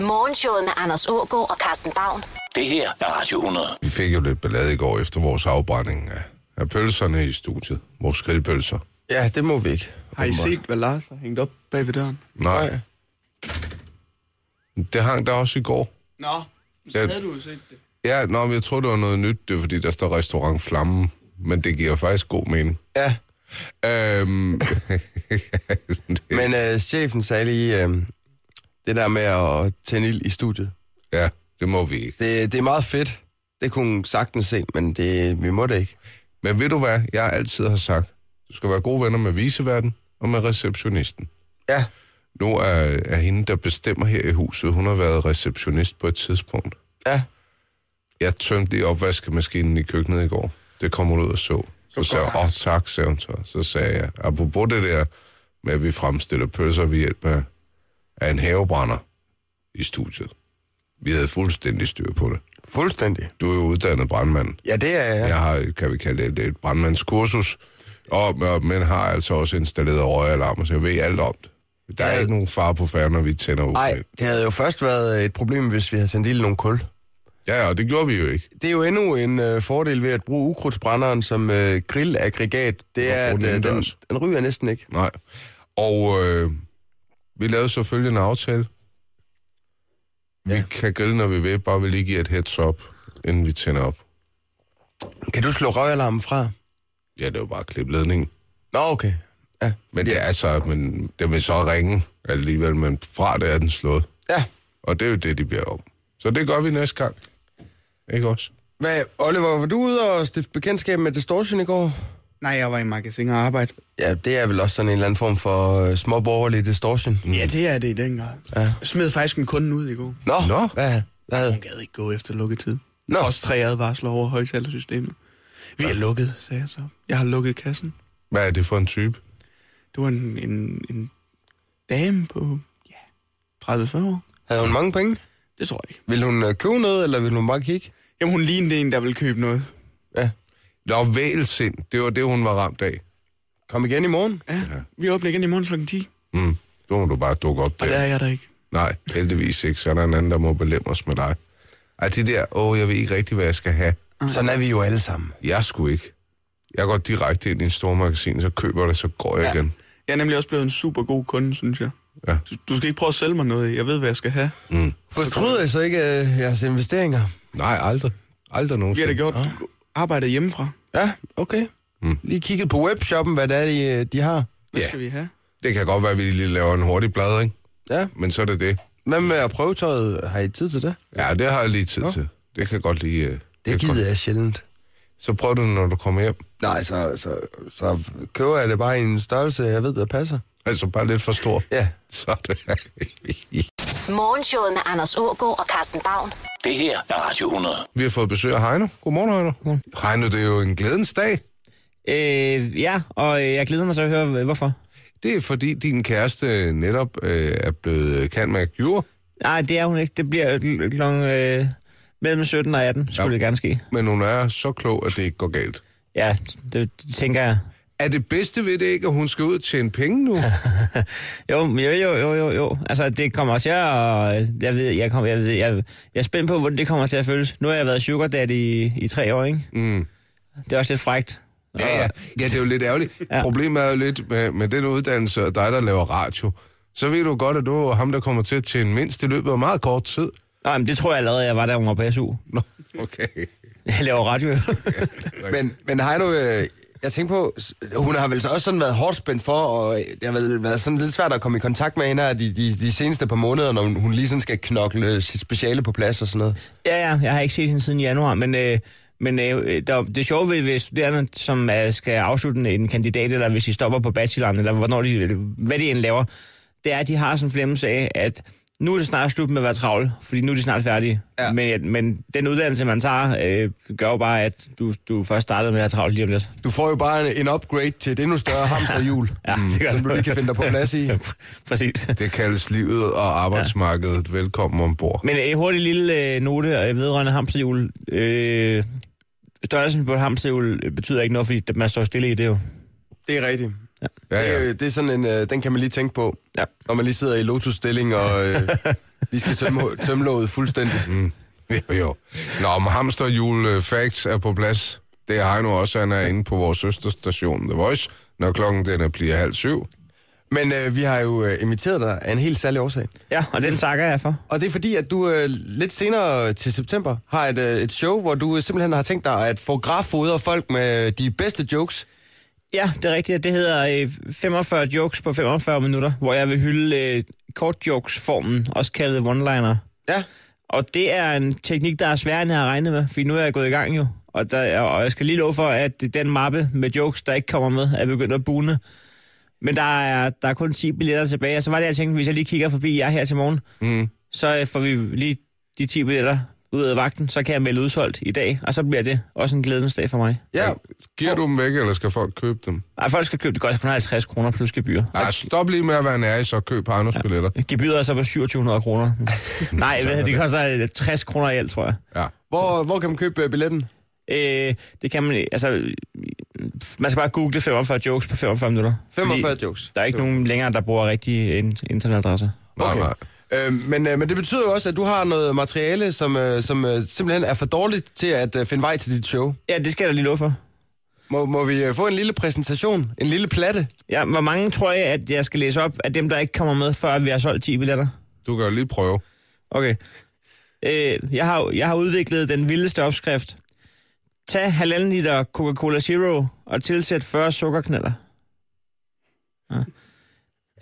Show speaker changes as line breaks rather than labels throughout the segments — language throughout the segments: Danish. Morgenshowet med Anders Ågaard og Carsten Baum.
Det her er Radio 100.
Vi fik jo lidt ballade i går efter vores afbrænding af, af pølserne i studiet. Vores grillpølser.
Ja, det må vi ikke.
Har I set, hvad Lars har hængt op bag ved døren?
Nej. Det hang der også i går.
Nå, så
Ja.
havde du jo set det.
Ja, nå, men jeg tror, det var noget nyt. Det er, fordi der står restaurant Flammen. Men det giver faktisk god mening.
Ja,
Øhm, det,
men øh, chefen sagde lige, øh, det der med at tænde ild i studiet,
ja, det må vi ikke.
det, det er meget fedt. Det kunne hun sagtens se, men det, vi må det ikke.
Men ved du hvad, jeg altid har sagt, du skal være gode venner med viseverden og med receptionisten.
Ja,
Nu er, er hende, der bestemmer her i huset, hun har været receptionist på et tidspunkt.
ja.
Jeg tømte lige opvaskemaskinen i køkkenet i går. Det kom hun ud og så. Så sagde jeg, åh tak, sagde hun så. Så sagde jeg, apropos det der med, at vi fremstiller pølser ved hjælp af, af en havebrænder i studiet. Vi havde fuldstændig styr på det.
Fuldstændig.
Du er jo uddannet brandmand.
Ja, det er jeg.
Jeg har, kan vi kalde det, et brandmandskursus, og, og, men har altså også installeret røgalarmer, så jeg ved alt om det. Der er
Ja.
ikke nogen far på færre, når vi tænder ud.
Nej, det havde jo først været et problem, hvis vi havde sendt ild i nogle kul.
Ja, ja, og det gjorde vi jo ikke.
Det er jo endnu en øh, fordel ved at bruge ukrudtsbrænderen som øh, grillaggregat. Det er,
bruge den
at øh, den,
indendørs.
den ryger næsten ikke.
Nej. Og øh, vi lavede selvfølgelig en aftale. Ja. Vi kan grille, når vi vil, bare vi lige giver et heads up, inden vi tænder op.
Kan du slå røgalarmen fra?
Ja, det var bare at klippe ledningen.
Nå, okay. Ja,
Men det er altså, men den vil så ringe alligevel, men fra det er den slået.
ja.
Og det er jo det, de bliver om. Så det gør vi næste gang. Ikke også?
Hvad, Oliver, var du ude og stifte bekendtskab med Distortion i går?
Nej, jeg var i magasin og arbejde.
Ja, det er vel også sådan en eller anden form for øh, småborgerlig Distortion.
Ja, det er det i den grad. Ja. Jeg smed faktisk en kunde ud i går.
Nå,
Nå.
Hvad, hvad?
Hun gad ikke gå efter lukketid.
Nå.
Også tre advarsler over højtalersystemet. Vi er lukket, sagde jeg så. Jeg har lukket kassen.
Hvad er det for en type?
Det var en, en, en dame på ja, 30-40 år.
Havde hun mange penge?
Det tror jeg ikke.
Vil hun øh, købe noget, eller vil hun bare kigge?
Jamen, hun lignede en, der ville købe noget.
Ja.
Nå, vælsind. Det var det, hun var ramt af.
Kom igen i morgen.
Ja, ja. vi åbner igen i morgen kl. 10.
Mm. Så må du bare dukke op
Og
der.
der er jeg der ikke.
Nej, heldigvis ikke. Så er der en anden, der må belemme os med dig. Ej, det der, åh, jeg ved ikke rigtig, hvad jeg skal have.
Sådan er vi jo alle sammen.
Jeg skulle ikke. Jeg går direkte ind i en stor magasin, så køber det, så går jeg ja. igen.
Jeg er nemlig også blevet en super god kunde, synes jeg.
Ja.
Du, du skal ikke prøve at sælge mig noget. Jeg ved, hvad jeg skal have.
Fortryder jeg så ikke øh, jeres investeringer?
Nej, aldrig. Aldrig
Vi har
nogensinde.
da gjort arbejdet hjemmefra.
Ja, okay. Mm. Lige kigget på webshoppen, hvad det er, de, øh, de har.
Hvad
Ja.
skal vi have?
Det kan godt være, at vi lige laver en hurtig bladring,
Ja.
men så er det det.
Hvad med at prøve tøjet? Har I tid til det?
Ja, det har jeg lige tid til. Det kan godt lige... øh, kan
Det gider jeg sjældent.
godt- Så prøv det, når du kommer hjem.
Nej, så, så, så køber jeg det bare i en størrelse, jeg ved, der passer.
Altså bare lidt for stor.
Ja.
Så er det.
Morgenshowet med Anders Ågaard og Carsten Baum.
Det her er Radio 100.
Vi har fået besøg af Heino. Godmorgen, Heino. Godmorgen. Heino, det er jo en glædens dag.
Øh, ja, og øh, jeg glæder mig så at høre, øh, hvorfor.
Det er fordi, din kæreste netop øh, er blevet kan med jur,
Nej, det er hun ikke. Det bliver kl- klokken øh, mellem 17 og 18, skulle
Ja.
ja. det gerne ske.
men hun er så klog, at det ikke går galt.
Ja, det, det tænker jeg.
Er det bedste ved det ikke, at hun skal ud og tjene penge nu?
Jo, men jo, jo, jo, jo, jo. Altså, det kommer også her, og øh, jeg ved, jeg, kommer, jeg, ved, jeg, jeg er spændt på, hvordan det kommer til at føles. Nu har jeg været sugar daddy i, i tre år, ikke? Mm. Det er også lidt frægt.
Ja, ja. ja, det er jo lidt ærgerligt. ja. Problemet er jo lidt med, med den uddannelse og dig, der laver radio. Så ved du godt, at du er ham, der kommer til at tjene mindst i løbet af meget kort tid.
Nej, men det tror jeg allerede, jeg var, da hun var på SU.
Nå, okay.
Jeg laver radio.
Men, men Heino, øh, jeg tænker på, s- hun har vel så også sådan været hårdt spændt for, og øh, det har vel været sådan lidt svært at komme i kontakt med hende her de, de, de seneste par måneder, når hun, hun lige sådan skal knokle øh, sit speciale på plads og sådan noget.
Ja, ja, jeg har ikke set hende siden januar, men, øh, men øh, der, det sjove ved, ved studerende, som øh, skal afslutte en- en kandidat, eller hvis de stopper på bacheloren, eller hvornår de, eller hvad de end laver, det er, at de har sådan en fornemmelse af, at nu er det snart slut med at være travl, fordi nu er de snart færdige.
Ja.
Ja. Men, men den uddannelse, man tager, øh, gør jo bare, at du, du først startede med at have travlt lige om lidt.
Du får jo bare en, en upgrade til et endnu større hamsterhjul,
Ja, det gør
som du
du.
lige kan finde dig på plads i.
Præcis.
Det kaldes livet og arbejdsmarkedet. Velkommen ombord.
Men en hurtig lille øh, note øh, vedrørende hamsterhjul. Øh, størrelsen på et hamsterhjul øh, betyder ikke noget, fordi man står stille i det jo.
Det er rigtigt.
Ja,
Det,
ja.
er- det er sådan en, øh, den kan man lige tænke på,
Ja.
når man lige sidder i lotusstilling og øh, De skal tømme, tømme låget fuldstændig. Mm.
Jo, jo. Nå, men hamsterhjul øh, facts er på plads. Det er Heino også, han er inde på vores søsterstation The Voice, når klokken den er bliver halv syv.
Men øh, vi har jo øh, inviteret dig af en helt særlig årsag.
Ja, og den takker jeg for.
Og det er fordi, at du øh, lidt senere til september har et, øh, et show, hvor du øh, simpelthen har tænkt dig at få graffodre folk med øh, de bedste jokes.
Ja, det er rigtigt. Det hedder øh, 45 jokes på 45 minutter, hvor jeg vil hylde øh, kort jokes-formen, også kaldet one-liner.
Ja.
Og det er en teknik, der er sværere end jeg har regnet med, for nu er jeg gået i gang jo. Og, der, og jeg skal lige love for, at den mappe med jokes, der ikke kommer med, er begyndt at bune. Men der er, der er kun 10 billetter tilbage, og så var det, jeg tænkte, hvis jeg lige kigger forbi jer her til morgen, mm. så øh, får vi lige de 10 billetter ud af vagten, så kan jeg melde udsolgt i dag, og så bliver det også en glædens dag for mig.
Ja,
Øh, Giver du dem væk, eller skal folk købe dem?
Ej, folk skal købe det godt, så kun 50 kroner plus gebyr.
Nej, stop lige med at være nær i, så køb Heinos billetter.
Gebyret er så på 2700 kroner. Nej, hvad, det koster øh, 60 kroner i alt, tror jeg.
Ja.
hvor, hvor kan man købe øh, billetten?
Øh, det kan man, altså, man skal bare google 45 jokes på 45 minutter.
45
fordi
jokes.
Der er ikke nogen længere, der bruger rigtige in- internetadresser.
Nej, okay. nej.
Øh, men, øh, men det betyder jo også, at du har noget materiale, som, øh, som øh, simpelthen er for dårligt til at øh, finde vej til dit show.
Ja, det skal jeg da lige love for.
Må, må vi øh, få en lille præsentation? En lille platte?
Ja, hvor mange tror jeg, at jeg skal læse op af dem, der ikke kommer med, før vi har solgt 10 billetter?
Du kan jo lige prøve.
Okay. Øh, jeg, har, jeg har udviklet den vildeste opskrift. Tag halvanden liter Coca-Cola Zero og tilsæt 40 sukkerknaller.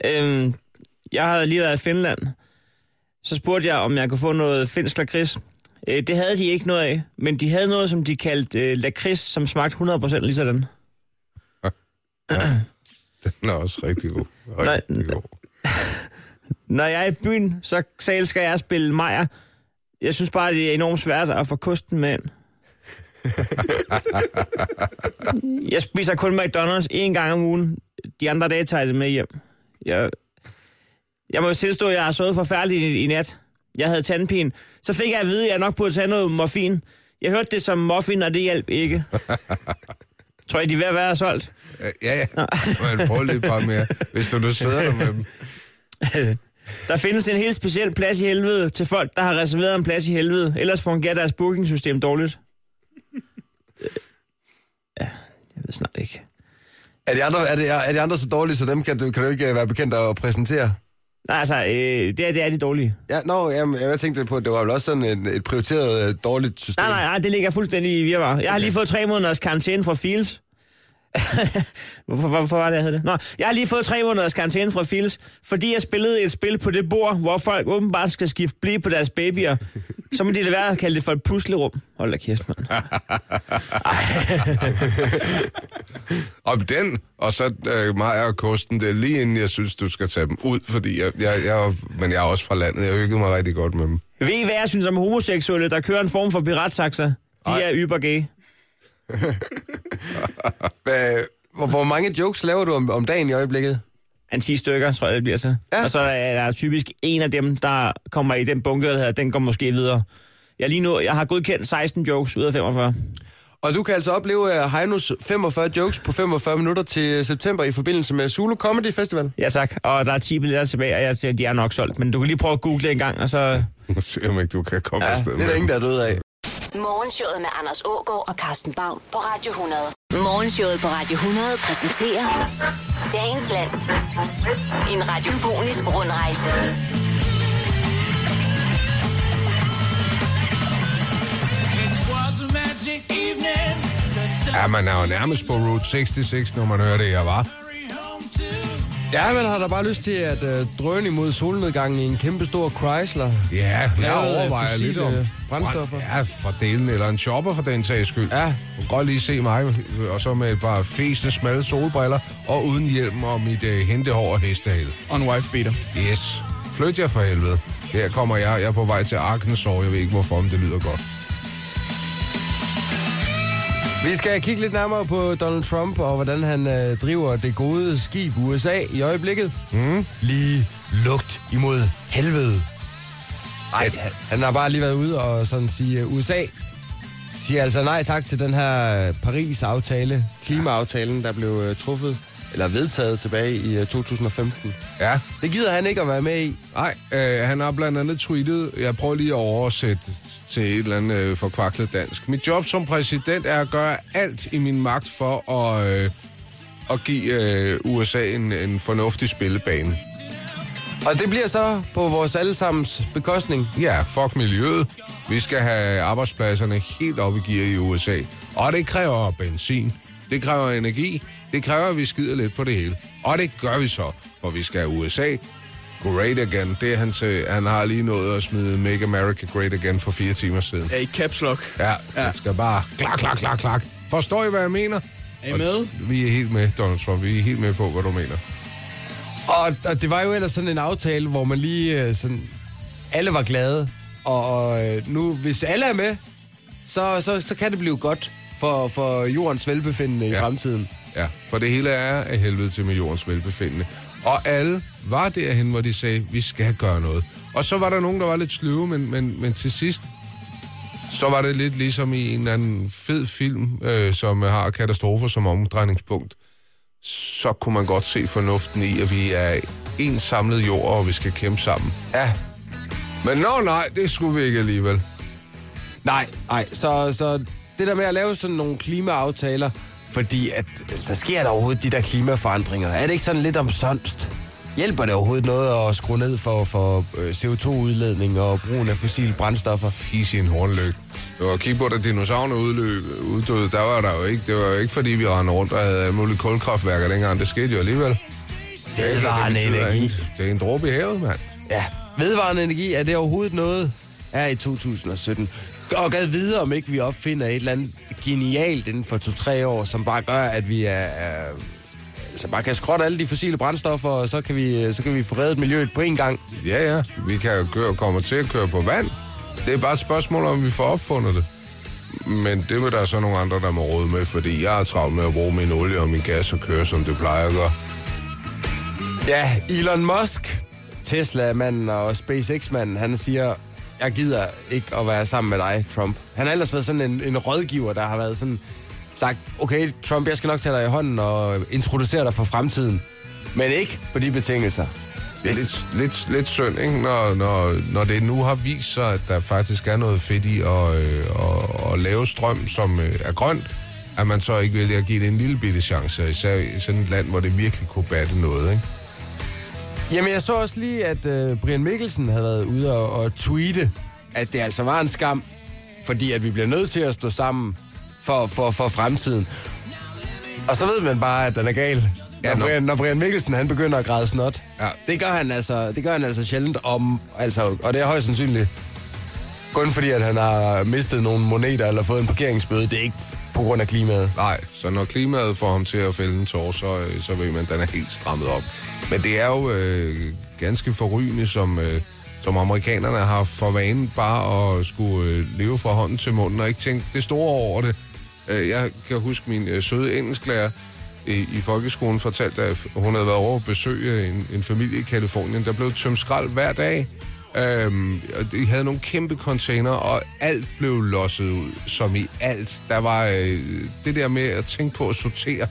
Ja. Øhm, jeg havde lige været i Finland. Så spurgte jeg, om jeg kunne få noget finsk lakrids. Øh, det havde de ikke noget af, men de havde noget, som de kaldte øh, lakrids, som smagte 100% lige sådan.
Den er også rigtig god. Rigtig
Nej.
god.
Når jeg er i byen, så selv skal jeg spille Majer. Jeg synes bare, det er enormt svært at få kosten med ind. jeg spiser kun McDonald's en gang om ugen. De andre dage tager jeg det med hjem. Jeg, jeg må jo tilstå, at jeg har sovet forfærdeligt i, i nat. Jeg havde tandpine. Så fik jeg at vide, at jeg nok burde tage noget morfin. Jeg hørte det som morfin, og det hjalp ikke. Tror jeg, de er ved at være solgt?
Ja, ja. Men prøv lige et par mere, hvis du nu sidder der med dem.
Der findes en helt speciel plads i helvede til folk, der har reserveret en plads i helvede. Ellers fungerer deres bookingsystem dårligt. Øh, Ja, jeg ved snart ikke.
Er de andre, er de, er de andre så dårlige, så dem kan du, kan du ikke øh, være bekendt at præsentere?
Nej, altså, øh, det, er, det er de dårlige.
Ja, nå, jamen, jeg tænkte på, at det var vel også sådan et, et prioriteret øh, dårligt system.
Nej, nej, nej, det ligger fuldstændig i virvar. Jeg har lige fået tre måneders karantæne fra Fields. hvorfor, hvorfor var det, jeg hed det? Nå, jeg har lige fået tre måneders karantæne fra Fields, fordi jeg spillede et spil på det bord, hvor folk åbenbart skal skifte blive på deres babyer. Så må de lade være at kalde det for et puslerum. Hold da kæft, mand.
Om den, og så øh, mig og kosten, det er lige inden jeg synes, du skal tage dem ud, fordi jeg, jeg, jeg, men jeg er også fra landet, jeg hyggede mig rigtig godt med dem.
Ved I, hvad jeg synes om homoseksuelle, der kører en form for pirattaxa? De er ybergay.
Hvad- Hvor, hvor mange jokes laver du om, om dagen i øjeblikket?
En 10 stykker, tror jeg, det bliver så.
Ja.
Ja. Og så er der typisk en af dem, der kommer i den bunke, der hedder, den går måske videre. Jeg, lige nu, jeg har godkendt 16 jokes ud af 45.
Og du kan altså opleve øh, Heinos 45 jokes på 45 minutter til øh, september i forbindelse med Zulu Comedy Festival.
Ja tak, og der er 10 billetter tilbage, og jeg siger, de er nok solgt. Men du kan lige prøve at google det en gang, og så...
Se om ikke du kan komme ja,
Ja,
afsted
det er der
med
ingen, der er død af.
Morgenshowet med Anders Ågaard og Carsten Baum på Radio 100. Morgenshowet på Radio 100 præsenterer Dagens Land. En radiofonisk rundrejse.
dem. Ja, man er jo nærmest på Route 66, når man hører det, jeg var.
Ja, man har da bare lyst til at øh, drøne imod solnedgangen i en kæmpe stor Chrysler.
Ja, jeg
Lavet af
overvejer
fossile
lidt om...
øh, brændstoffer.
Ja, for delen, eller en chopper for den sags skyld.
Ja.
Du kan godt lige se mig, og så med et par fæsende smalle solbriller, og uden hjelm og mit øh, hentehår og hestehale.
Og en wife beater.
Yes, flyt jer for helvede. Her kommer jeg, jeg er på vej til Arkansas, jeg ved ikke hvorfor, men det lyder godt.
Vi skal kigge lidt nærmere på Donald Trump og hvordan han øh, driver det gode skib USA i øjeblikket. Mm. Lige lugt imod helvede. Ej, han- han har bare lige været ude og sådan sige, øh, USA siger altså nej tak til den her øh, Paris-aftale, klimaaftalen, der blev øh, truffet eller vedtaget tilbage i øh, 2015.
Ja.
Det gider han ikke at være med i.
Nej, øh, han har blandt andet tweetet, jeg prøver lige at oversætte til et eller andet øh, forkvaklet dansk. Mit job som præsident er at gøre alt i min magt for at, øh, at give øh, USA en, en fornuftig spillebane.
Og det bliver så på vores allesammens bekostning.
Ja, fuck miljøet. Vi skal have arbejdspladserne helt op i gear i USA. Og det kræver benzin. Det kræver energi. Det kræver, at vi skider lidt på det hele. Og det gør vi så, for vi skal have USA great again. Det er han til. Han har lige nået at smide Make America Great Again for fire timer siden.
Ja, i caps lock.
Ja,
Ja.
ja. det skal bare klak, klak, klak, klak. Forstår I, hvad jeg mener?
Er I med?
Vi er helt med, Donald Trump. Vi er helt med på, hvad du mener.
Og, og det var jo ellers sådan en aftale, hvor man lige øh, sådan... Alle var glade. Og, og øh, nu, hvis alle er med, så, så, så kan det blive godt for, for jordens velbefindende ja. i
Ja.
fremtiden.
Ja, for det hele er af helvede til med jordens velbefindende. Og alle var derhen, hvor de sagde, vi skal gøre noget. Og så var der nogen, der var lidt sløve, men, men, men til sidst, så var det lidt ligesom i en eller anden fed film, øh, som har katastrofer som omdrejningspunkt. Så kunne man godt se fornuften i, at vi er en samlet jord, og vi skal kæmpe sammen.
Ja,
Men nå nej, det skulle vi ikke alligevel.
Nej, nej. Så, så det der med at lave sådan nogle klimaaftaler, fordi at, øh, så sker der overhovedet de der klimaforandringer. Er det ikke sådan lidt omsonst? Hjælper det overhovedet noget at skrue ned for, for øh, CO2-udledning og brugen af fossile brændstoffer?
Fis i en hornlygt. Og kig på, da dinosaurerne udløb, uddøde, der var der jo ikke, det var jo ikke fordi, vi rendte rundt og havde alle mulige kulkraftværker dengang. Det skete jo alligevel. Det
Vedvarende
betyder
energi.
ikke- Det er en dråbe i havet, mand.
Ja, vedvarende energi, er det overhovedet noget? Er i 2017. Og gad vide, om ikke vi opfinder et eller andet genialt inden for 2-3 år, som bare gør, at vi er, er altså bare kan skrotte alle de fossile brændstoffer, og så kan vi, så kan vi få reddet miljøet på én gang.
Ja, ja. Vi kan jo køre, kommer til at køre på vand. Det er bare et spørgsmål, om vi får opfundet det. Men det vil der så nogle andre, der må råde med, fordi jeg er travlt med at bruge min olie og min gas og køre, som det plejer at gøre.
Ja, Elon Musk, Tesla-manden og SpaceX-manden, han siger, jeg gider ikke at være sammen med dig, Trump. Han har ellers været sådan en, en rådgiver, der har været sådan sagt, okay, Trump, jeg skal nok tage dig i hånden og introducere dig for fremtiden. Men ikke på de betingelser.
Lidt, lidt, lidt synd, ikke? Når, når, når det nu har vist sig, at der faktisk er noget fedt i at, øh, at, at lave strøm, som øh, er grønt, at man så ikke vælger at give det en lille bitte chance, især i sådan et land, hvor det virkelig kunne batte noget, ikke?
Jamen, jeg så også lige, at øh, Brian Mikkelsen havde været ude og, og tweete, at det altså var en skam, fordi at vi bliver nødt til at stå sammen for, for, for fremtiden. Og så ved man bare, at den er gal. Ja,
Ja,
når,
nå.
Brian, når Brian Mikkelsen han begynder at græde snot,
Ja.
det, gør han altså, det gør han altså sjældent om, altså, og det er højst sandsynligt kun fordi, at han har mistet nogle moneter eller fået en parkeringsbøde. Det er ikke på grund af klimaet.
Nej, så når klimaet får ham til at fælde en tår, så, øh, så ved man, at den er helt strammet op. Men det er jo øh, ganske forrygende, som, øh, som amerikanerne har for vane bare at skulle øh, leve fra hånden til munden og ikke tænke det store over det. Øh, jeg kan huske min øh, søde engelsklærer i, i folkeskolen fortalte, at hun havde været over at besøge en, en familie i Kalifornien, der blev tømt skrald hver dag. Øhm, og de havde nogle kæmpe container, og alt blev losset ud, som i alt. Der var øh, det der med at tænke på at sortere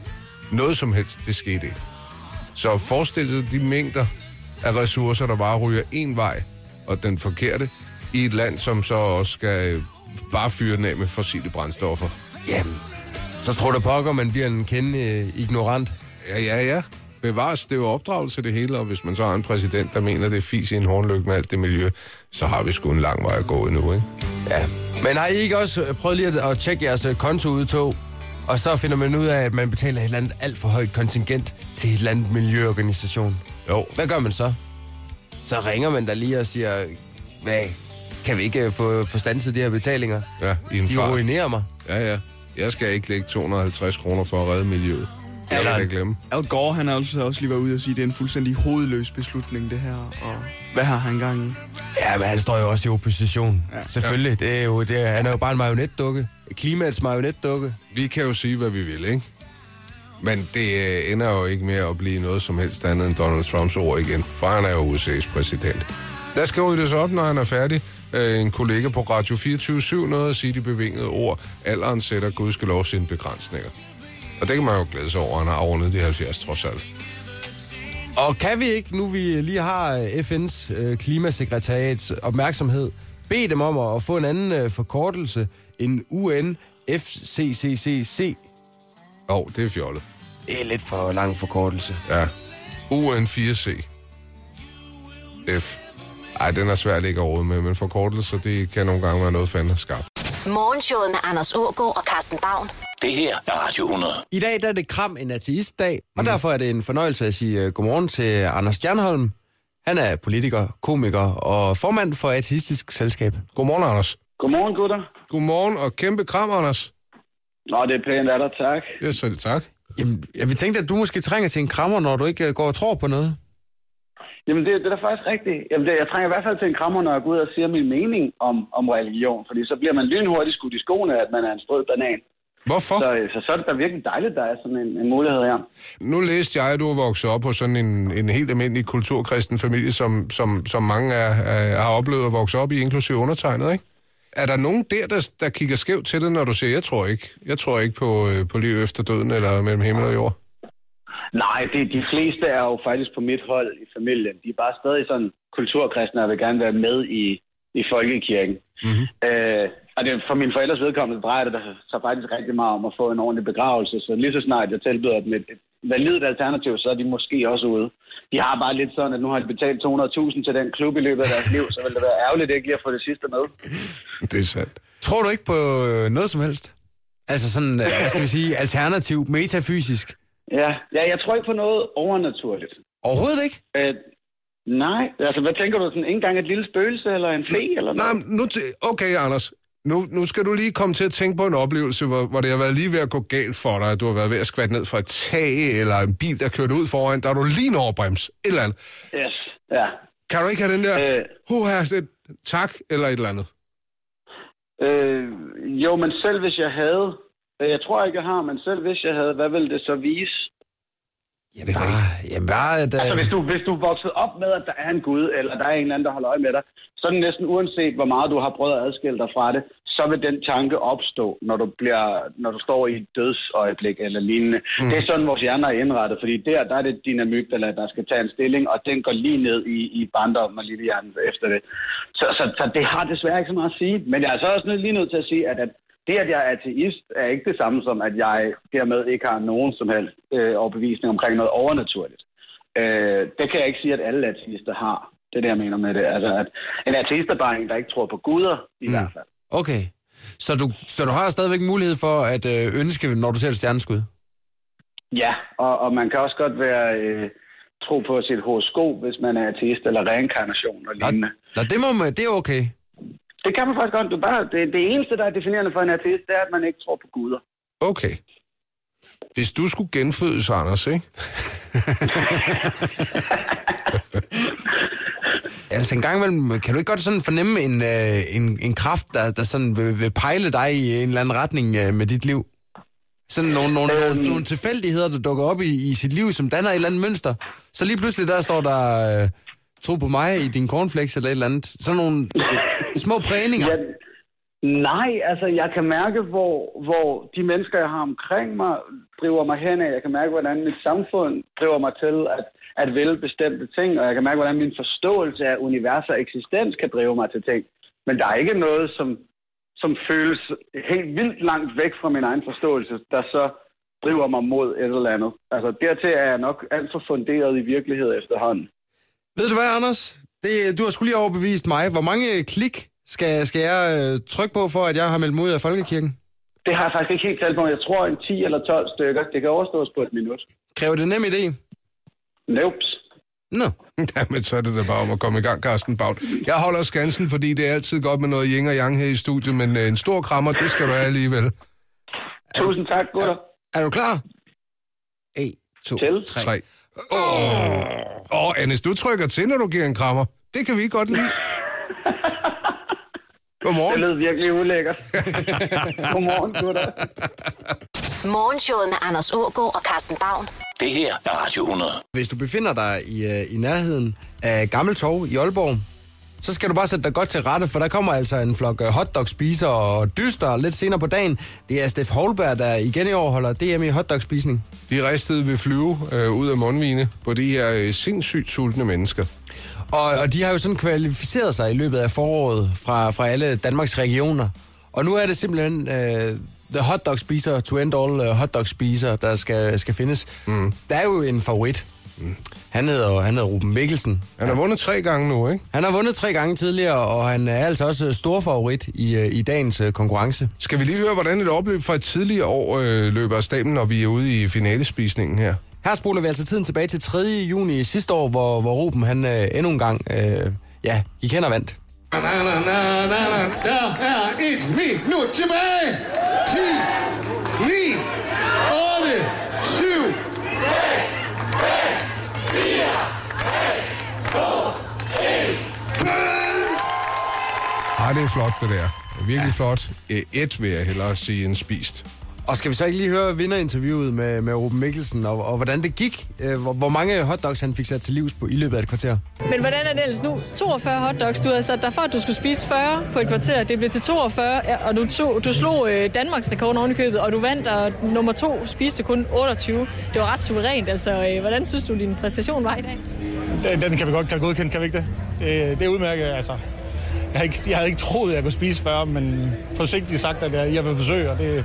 noget som helst, det skete ikke. Så forestil dig de mængder af ressourcer, der bare ryger en vej, og den forkerte, i et land, som så også skal øh, bare fyre den af med fossile brændstoffer.
Jamen, så tror du pokker, man bliver en kendende ignorant.
Ja, ja, ja. Bevares, det er jo opdragelse det hele, og hvis man så har en præsident, der mener, det er fis i en hornlykke med alt det miljø, så har vi sgu en lang vej at gå endnu, ikke?
Ja. Men har I ikke også øh, prøvet lige at, at tjekke jeres øh, kontoudtog? Og så finder man ud af, at man betaler et eller andet alt for højt kontingent til et eller andet miljøorganisation.
Jo.
Hvad gør man så? Så ringer man der lige og siger, hvad, kan vi ikke øh, få, få stanset de her betalinger?
Ja, i en
De
fart.
ruinerer mig.
Ja, ja. Jeg skal ikke lægge 250 kroner for at redde miljøet. Jeg
Eller-
vil ikke glemme.
Al Gore, han har altså også lige været ude og sige, at det er en fuldstændig hovedløs beslutning, det her. Og hvad har han gang i?
Ja, men han står jo også i opposition. Ja. Selvfølgelig. Det er jo, det er, han er jo bare en marionetdukke. Klimaets marionetdukke.
Vi kan jo sige, hvad vi vil, ikke? Men det øh, ender jo ikke med at blive noget som helst andet end Donald Trumps ord igen, for han er jo USA's præsident. Der skal ryddes op, når han er færdig. Øh, En kollega på Radio 24-7 nåede at sige de bevingede ord. Alderen sætter gudskelov sine begrænsninger. Og det kan man jo glæde sig over, at han har rundet de 70 trods alt.
Og kan vi ikke, nu vi lige har øh, FN's øh, klimasekretariats opmærksomhed, bede dem om at, at få en anden øh, forkortelse end UNFCCCC?
Jo, oh, det er fjollet.
Det er lidt for lang forkortelse.
Ja. UN4C. F. Ej, den er svært ikke at råde med, men forkortelser, det kan nogle gange være noget fanden skarpt.
Morgenshowet med Anders Ågaard og Carsten Baum.
Det her er Radio 100.
I dag der er det Kram en ateistdag, og mm. derfor er det en fornøjelse at sige øh, godmorgen til Anders Stjernholm. Han er politiker, komiker og formand for Ateistisk Selskab.
Godmorgen, Anders.
Godmorgen, gutter.
Godmorgen, og kæmpe kram, Anders.
Nå, det er pænt af dig, tak.
Ja, så er det tak.
Jamen, jeg vil tænke, at du måske trænger til en krammer, når du ikke øh, går og tror på noget.
Jamen, det, det er da faktisk rigtigt. Jamen, det, jeg trænger i hvert fald til en krammer, når jeg går ud og siger min mening om, om religion, fordi så bliver man lynhurtigt skudt i skoene, at man er en sprød banan.
Hvorfor?
Så, øh, så, så er det da virkelig dejligt, der er sådan en, en mulighed her.
Nu læste jeg, at du er vokset op hos sådan en, en helt almindelig kulturkristen familie, som, som, som mange er, er, har oplevet at vokse op i, inklusive undertegnet, ikke? Er der nogen der, der, der kigger skævt til det, når du siger, jeg tror ikke, jeg tror ikke på, øh, på liv efter døden eller mellem himmel og jord?
Nej, det, de fleste er jo faktisk på mit hold i familien. De er bare stadig sådan kulturkristne og vil gerne være med i, i folkekirken. Mm-hmm. Øh, og det, for mine forældres vedkommende drejer det så faktisk rigtig meget om at få en ordentlig begravelse, så lige så snart jeg tilbyder dem et, et validt alternativ, så er de måske også ude. De har bare lidt sådan, at nu har de betalt 200.000 til den klub i løbet af deres liv, så vil det være ærgerligt ikke lige at få det sidste med.
Det er sandt.
Tror du ikke på øh, noget som helst? Altså sådan, øh, hvad skal vi sige, alternativ, metafysisk?
Ja, ja jeg tror ikke på noget overnaturligt.
Overhovedet ikke?
Øh, nej, altså hvad tænker du, sådan ikke engang et lille spøgelse eller en flæ eller noget?
Nej, men nu t- okay, Anders. Nu, nu skal du lige komme til at tænke på en oplevelse, hvor, hvor det har været lige ved at gå galt for dig, at du har været ved at skvatte ned fra et tag, eller en bil, der kørte ud foran, der er du lige en overbrems, et eller andet.
Yes, ja.
Kan du ikke have den der, øh.
Øh.
huha, det, tak, eller et eller andet?
Øh, jo, men selv hvis jeg havde, øh, jeg tror ikke, jeg har, men selv hvis jeg havde, hvad ville det så vise?
Jamen bare,
Ah,
jamen bare at,
Altså,
øh,
hvis du, hvis du er vokset op med, at der er en Gud, eller der er en eller anden, der holder øje med dig, så er det næsten uanset, hvor meget du har prøvet at adskille dig fra det, så vil den tanke opstå, når du, bliver, når du står i et dødsøjeblik eller lignende. Mm. Det er sådan, vores hjerner er indrettet, fordi der, der er det din amygdala, der skal tage en stilling, og den går lige ned i, i barndommen og lille hjernen efter det. Så, så, så, det har desværre ikke så meget at sige, men jeg er så også nødt- lige nødt til at sige, at, at det, at jeg er ateist, er ikke det samme som, at jeg dermed ikke har nogen som helst øh, overbevisning omkring noget overnaturligt. Øh, det kan jeg ikke sige, at alle ateister har. Det er det, jeg mener med det. Altså, at en ateist er bare en, der ikke tror på guder, i mm. hvert fald.
okay. Så du, så du har stadigvæk mulighed for at øh, ønske, når du ser et stjerneskud?
Ja, og, og man kan også godt være øh, tro på sit horoskop, hvis man er ateist, eller reinkarnation og lignende.
Nå, det, må man, det er okay.
Det kan man faktisk godt. Du bare, det, det eneste, der er definerende for en ateist, det er, at man ikke tror på guder.
Okay. Hvis du skulle genfødes, Anders, ikke?
Altså en gang imellem, kan du ikke godt sådan fornemme en, øh, en, en kraft, der, der sådan vil, vil pejle dig i en eller anden retning øh, med dit liv? Sådan nogle, nogle, øhm. nogle, nogle tilfældigheder, der dukker op i, i sit liv, som danner et eller andet mønster. Så lige pludselig der står der, øh, tro på mig i din cornflakes eller et eller andet. Sådan nogle små prægninger.
Ja, nej, altså jeg kan mærke, hvor, hvor de mennesker, jeg har omkring mig, driver mig henad. Jeg kan mærke, hvordan mit samfund driver mig til at, at vælge bestemte ting, og jeg kan mærke, hvordan min forståelse af univers og eksistens kan drive mig til ting. Men der er ikke noget, som, som føles helt vildt langt væk fra min egen forståelse, der så driver mig mod et eller andet. Altså dertil er jeg nok alt for funderet i virkelighed efterhånden.
Ved du hvad, Anders? Det, du har skulle lige overbevist mig. Hvor mange klik skal, skal jeg øh, trykke på, for at jeg har meldt mig ud af Folkekirken?
Det har jeg faktisk ikke helt talt på, men jeg tror en 10 eller 12 stykker. Det kan overstås på et minut.
Kræver det nem idé?
Nope.
Nå.
Jamen, så er det da bare om at komme i gang, Carsten Baut. Jeg holder skansen, fordi det er altid godt med noget yin og yang her i studiet, men øh, en stor krammer, det skal du have alligevel.
Tusind tak, gutter.
Er du klar? 1, 2,
Til.
3.
Tre. Åh, oh. oh, Annes, du trykker til, når du giver en krammer. Det kan vi godt lide.
Det
Godmorgen.
lød virkelig ulækkert. Godmorgen, gutter.
Morgenshowet med Anders Ågaard og Carsten Baum.
Det her er Radio 100.
Hvis du befinder dig i, øh, i nærheden af Gammel Torv i Aalborg, så skal du bare sætte dig godt til rette, for der kommer altså en flok øh, hotdog-spiser og dyster lidt senere på dagen. Det er Steff Holberg, der igen i år holder DM i hotdog-spisning.
De ristede vil flyve øh, ud af mundvine på de her øh, sindssygt sultne mennesker.
Og, og de har jo sådan kvalificeret sig i løbet af foråret fra, fra alle Danmarks regioner. Og nu er det simpelthen øh, the hotdog spiser, to end all uh, hotdog spiser, der skal, skal findes. Mm. Der er jo en favorit. Mm. Han hedder, han hedder Ruben Mikkelsen.
Han har vundet tre gange nu, ikke?
Han har vundet tre gange tidligere, og han er altså også stor favorit i, øh, i dagens øh, konkurrence.
Skal vi lige høre, hvordan et opløb fra et tidligere år øh, løber af stablen, når vi er ude i finalespisningen her?
Her spoler vi altså tiden tilbage til 3. juni sidste år, hvor, hvor Ruben han øh, endnu en gang øh, ja, gik hen og vandt.
Der er et minut tilbage. 10, 9, 8, 7.
Ej, det er flot, det der. Det er virkelig ja. flot. Øh, Et vil jeg hellere sige end spist.
Og skal vi så ikke lige høre vinderinterviewet med, med Ruben Mikkelsen, og, og hvordan det gik? Øh, hvor, hvor mange hotdogs han fik sat til livs på i løbet af et kvarter?
Men hvordan er det ellers nu? 42 hotdogs, du havde sat dig for, at du skulle spise 40 på et kvarter. Det blev til 42, ja, og du, tog, du slog øh, Danmarks rekord oven i købet, og du vandt, og nummer to spiste kun 28. Det var ret suverænt, altså. Øh, hvordan synes du, din præstation var i dag?
Den, den kan vi godt kan godkende, kan vi ikke det? det? Det er udmærket, altså. Jeg havde, ikke, jeg havde ikke troet, at jeg kunne spise 40, men forsigtigt sagt, at jeg, jeg vil forsøge, og det, Øh,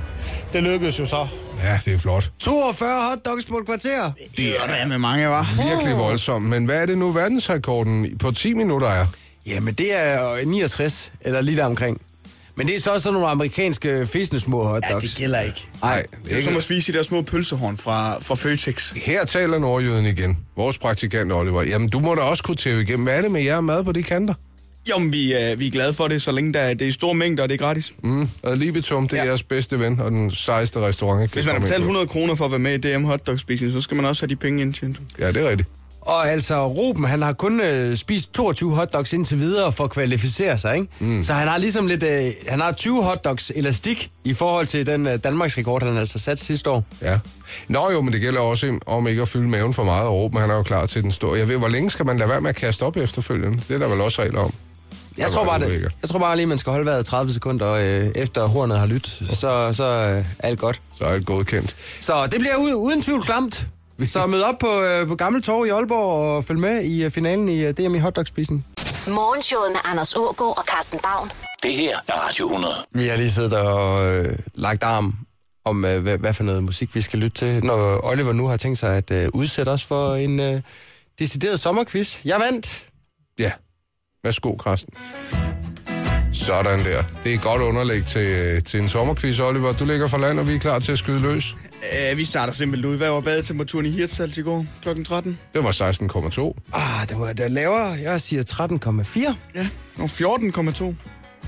det lykkedes jo så.
Ja, det er flot.
42 hotdogs på et kvarter?
Det er der med mange, var.
Virkelig voldsomt. Men hvad er det nu, verdensrekorden på 10 minutter er?
Jamen, det er 69, eller lige der omkring. Men det er så også sådan nogle amerikanske fæsende små
Ja,
hotdogs.
det gælder ikke.
Nej,
Det er jo som at spise de der små pølsehorn fra, fra Føtex.
Her taler nordjyden igen. Vores praktikant Oliver. Jamen, du må da også kunne tæve igennem. Hvad er det med jer mad på de kanter?
Jo, men vi, øh, vi er glade for det, så længe der, det er i store mængder, og det er gratis.
Mm. Adlibitum, det er ja.
Ja.
jeres bedste ven, og den sejeste restaurant. jeg kan
Hvis man har
komme
betalt
ind på.
100 kroner for at være med i DM Hotdog Spisning, så skal man også have de penge indtjent.
Ja, det er rigtigt.
Og altså, Ruben, han har kun øh, spist 22 hotdogs indtil videre for at kvalificere sig, ikke? Mm. Så han har ligesom lidt, øh, han har 20 hotdogs elastik i forhold til den øh, Danmarks rekord, han altså sat sidste år.
Ja. Nå jo, men det gælder også om ikke at fylde maven for meget og råbe, men han er jo klar til den store. Jeg ved, hvor længe skal man lade være med at kaste op efterfølgende? Det er der vel også regler om.
Jeg
Det
tror
var
bare,
det
det,
ulækkert.
jeg tror bare lige, man skal holde vejret 30 sekunder øh, efter hornet har lyttet, så, så øh, alt godt.
Så er det godkendt.
Så det bliver u- uden tvivl klamt. Så mød op på, øh, på Gamle Torv i Aalborg og følg med i øh, finalen i øh, DM i hotdogspisen.
Morgenshowet med Anders Ågaard og Carsten Baum.
Det her er Radio 100.
Vi har lige siddet og øh, lagt arm om, øh, hvad, hvad for noget musik vi skal lytte til, når Oliver nu har tænkt sig at øh, udsætte os for en øh, decideret sommerquiz. Jeg vandt!
Ja. Værsgo, Carsten. Sådan der. Det er et godt underlæg til, øh, til en sommerquiz, Oliver. Du ligger for land, og vi er klar til at skyde løs.
Øh, vi starter simpelthen ud. Hvad var badetemperaturen i Hirtshals i går kl. 13?
Det var 16,2.
Ah, det var det var lavere. Jeg siger 13,4.
Ja, Nå, 14,2.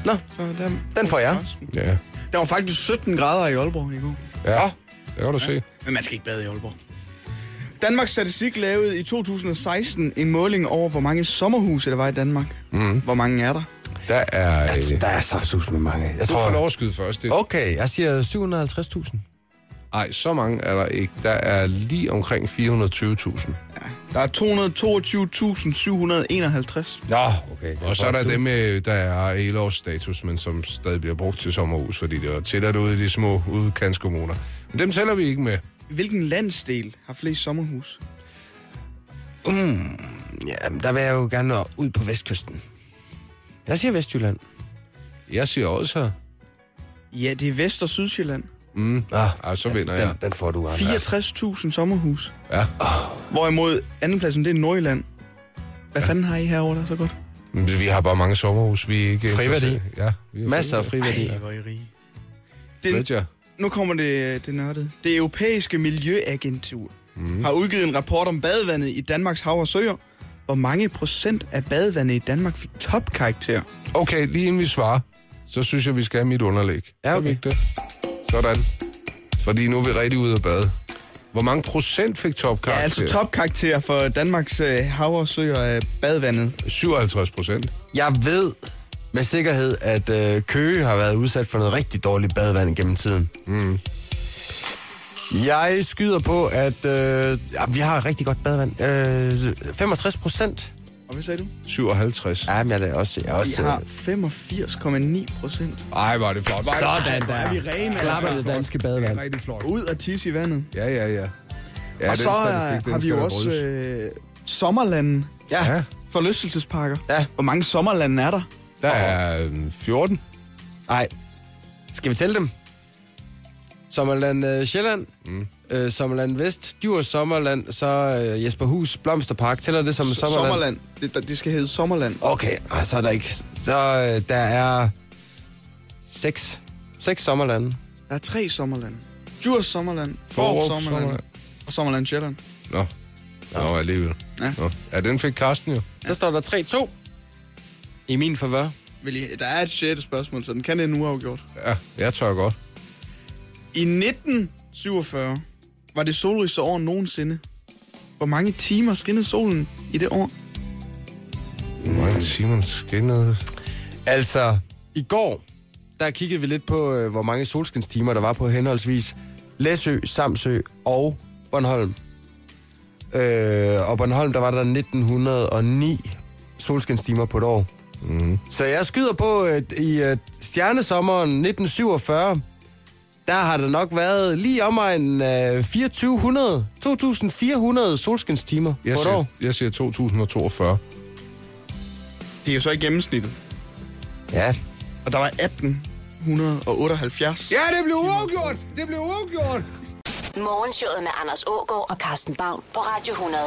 Nå,
Så der,
den får jeg.
Ja.
der var faktisk 17 grader i Aalborg i går.
Ja, det kan du se.
Men man skal ikke bade i Aalborg. Danmarks Statistik lavede i 2016 en måling over, hvor mange sommerhuse der var i Danmark.
Mhm.
Mm. Hvor mange er der?
Der er... Øh,
Der er saftsus med mange. Jeg
du får lov
tror,
at skyde først. Det-
okay, jeg siger 750.000.
Nej, så mange er der ikke. Der er lige omkring 420.000.
Der er 222.751.
Nå, okay.
Og så er der dem, øh, der er elårsstatus, men som stadig bliver brugt til sommerhus, fordi det er tættere ude i de små udkantskommuner. Men dem tæller vi ikke med.
Hvilken landsdel har flest sommerhus?
Jamen, der vil jeg jo gerne nå ud på vestkysten. Jeg siger Vestjylland.
Jeg siger også,
Ja, det er Vest- og Sydsjælland.
Ah,
ah, så vinder
den,
jeg.
den får du, Anders.
64.000 sommerhus.
Ja.
Hvorimod andenpladsen, det er Nordjylland. Hvad fanden har I herovre, der er så godt?
Men Vi har bare mange sommerhus, vi er ikke...
Friværdi.
interesserede- Ja, vi er
Masser af friværdi.
Ej, hvor er I rige.
Ved
Den,
jeg.
nu kommer det, det nørdede. Det europæiske miljøagentur
Mhm.
mm. har udgivet en rapport om badevandet i Danmarks hav og søer. Hvor mange procent af badevandet i Danmark fik topkarakter?
Okay, lige inden vi svarer, så synes jeg, vi skal have mit underlæg.
Ja,
Skal vi
okay.
ikke det? Sådan. Fordi nu er vi rigtig ude at bade. Hvor mange procent fik
Ja,
topkarakter?
altså topkarakter for Danmarks øh, hav og søer af badevandet.
57 procent.
Jeg ved med sikkerhed, at øh, Køge har været udsat for noget rigtig dårligt badevand gennem tiden. Mm. Jeg skyder på, at øh, ja, vi har rigtig godt badevand. Øh, 65 procent
Og hvad sagde du?
57.
Ja, men jeg lader også... Jeg er
Vi
også
har 85,9 procent.
Ej, var det flot. Var det-
Sådan
Hvor er vi
der.
rene,
Klapper
altså.
det danske badevand.
Rigtig flot.
Ud og tisse i vandet.
Ja, ja, ja. ja
og
den
så
øh,
statistik, den
har vi
skal
jo
da
også
brydes.
øh, sommerlanden.
Ja.
Ja,
Forlystelsesparker.
Ja.
Hvor mange sommerlande er der?
der er øh, 14.
Nej. Skal vi tælle dem? Sommerland øh, Sjælland, mm. øh, Sommerland Vest, Djurs Sommerland, så øh, Jesperhus, Blomsterpark. Tæller det som
S-
Sommerland?
sommerland. Det, der- det skal hedde Sommerland.
Okay, og så er der ikke... Så øh, der er... Seks. Seks Sommerlande.
Der er tre Sommerland. Djurs Sommerland,
Forup
Forup Sommerland
Sommerland.
og Sommerland Sjælland.
Nå, Nå alligevel.
Ja.
Nå. Ja, den fik Karsten jo.
Så står der 3-2 i min favør.
Vil I, der er et sjette spørgsmål, så den kan den uafgjort.
Ja, jeg tør godt.
I 1947 var det solrigste år nogensinde. Hvor mange timer skinnede solen i det år?
Hvor mange timer skinnede?
Altså, i går, der kiggede vi lidt på, øh, hvor mange solskinstimer der var på henholdsvis Læsø, Samsø og Bornholm. Øh, og Bornholm, der var der 1909 solskinstimer på et år. Mm. Så jeg skyder på, at i øh, stjernesommeren 1947, der har der nok været lige omegnen øh, 2400, 2400 solskinstimer
Jeg
på et år.
siger, jeg siger 2042.
Det er jo så i gennemsnittet.
Ja,
Og der var 1878.
Ja, det blev uafgjort! Det blev uafgjort!
Morgenshowet med Anders Ågaard og Carsten Baum på Radio 100.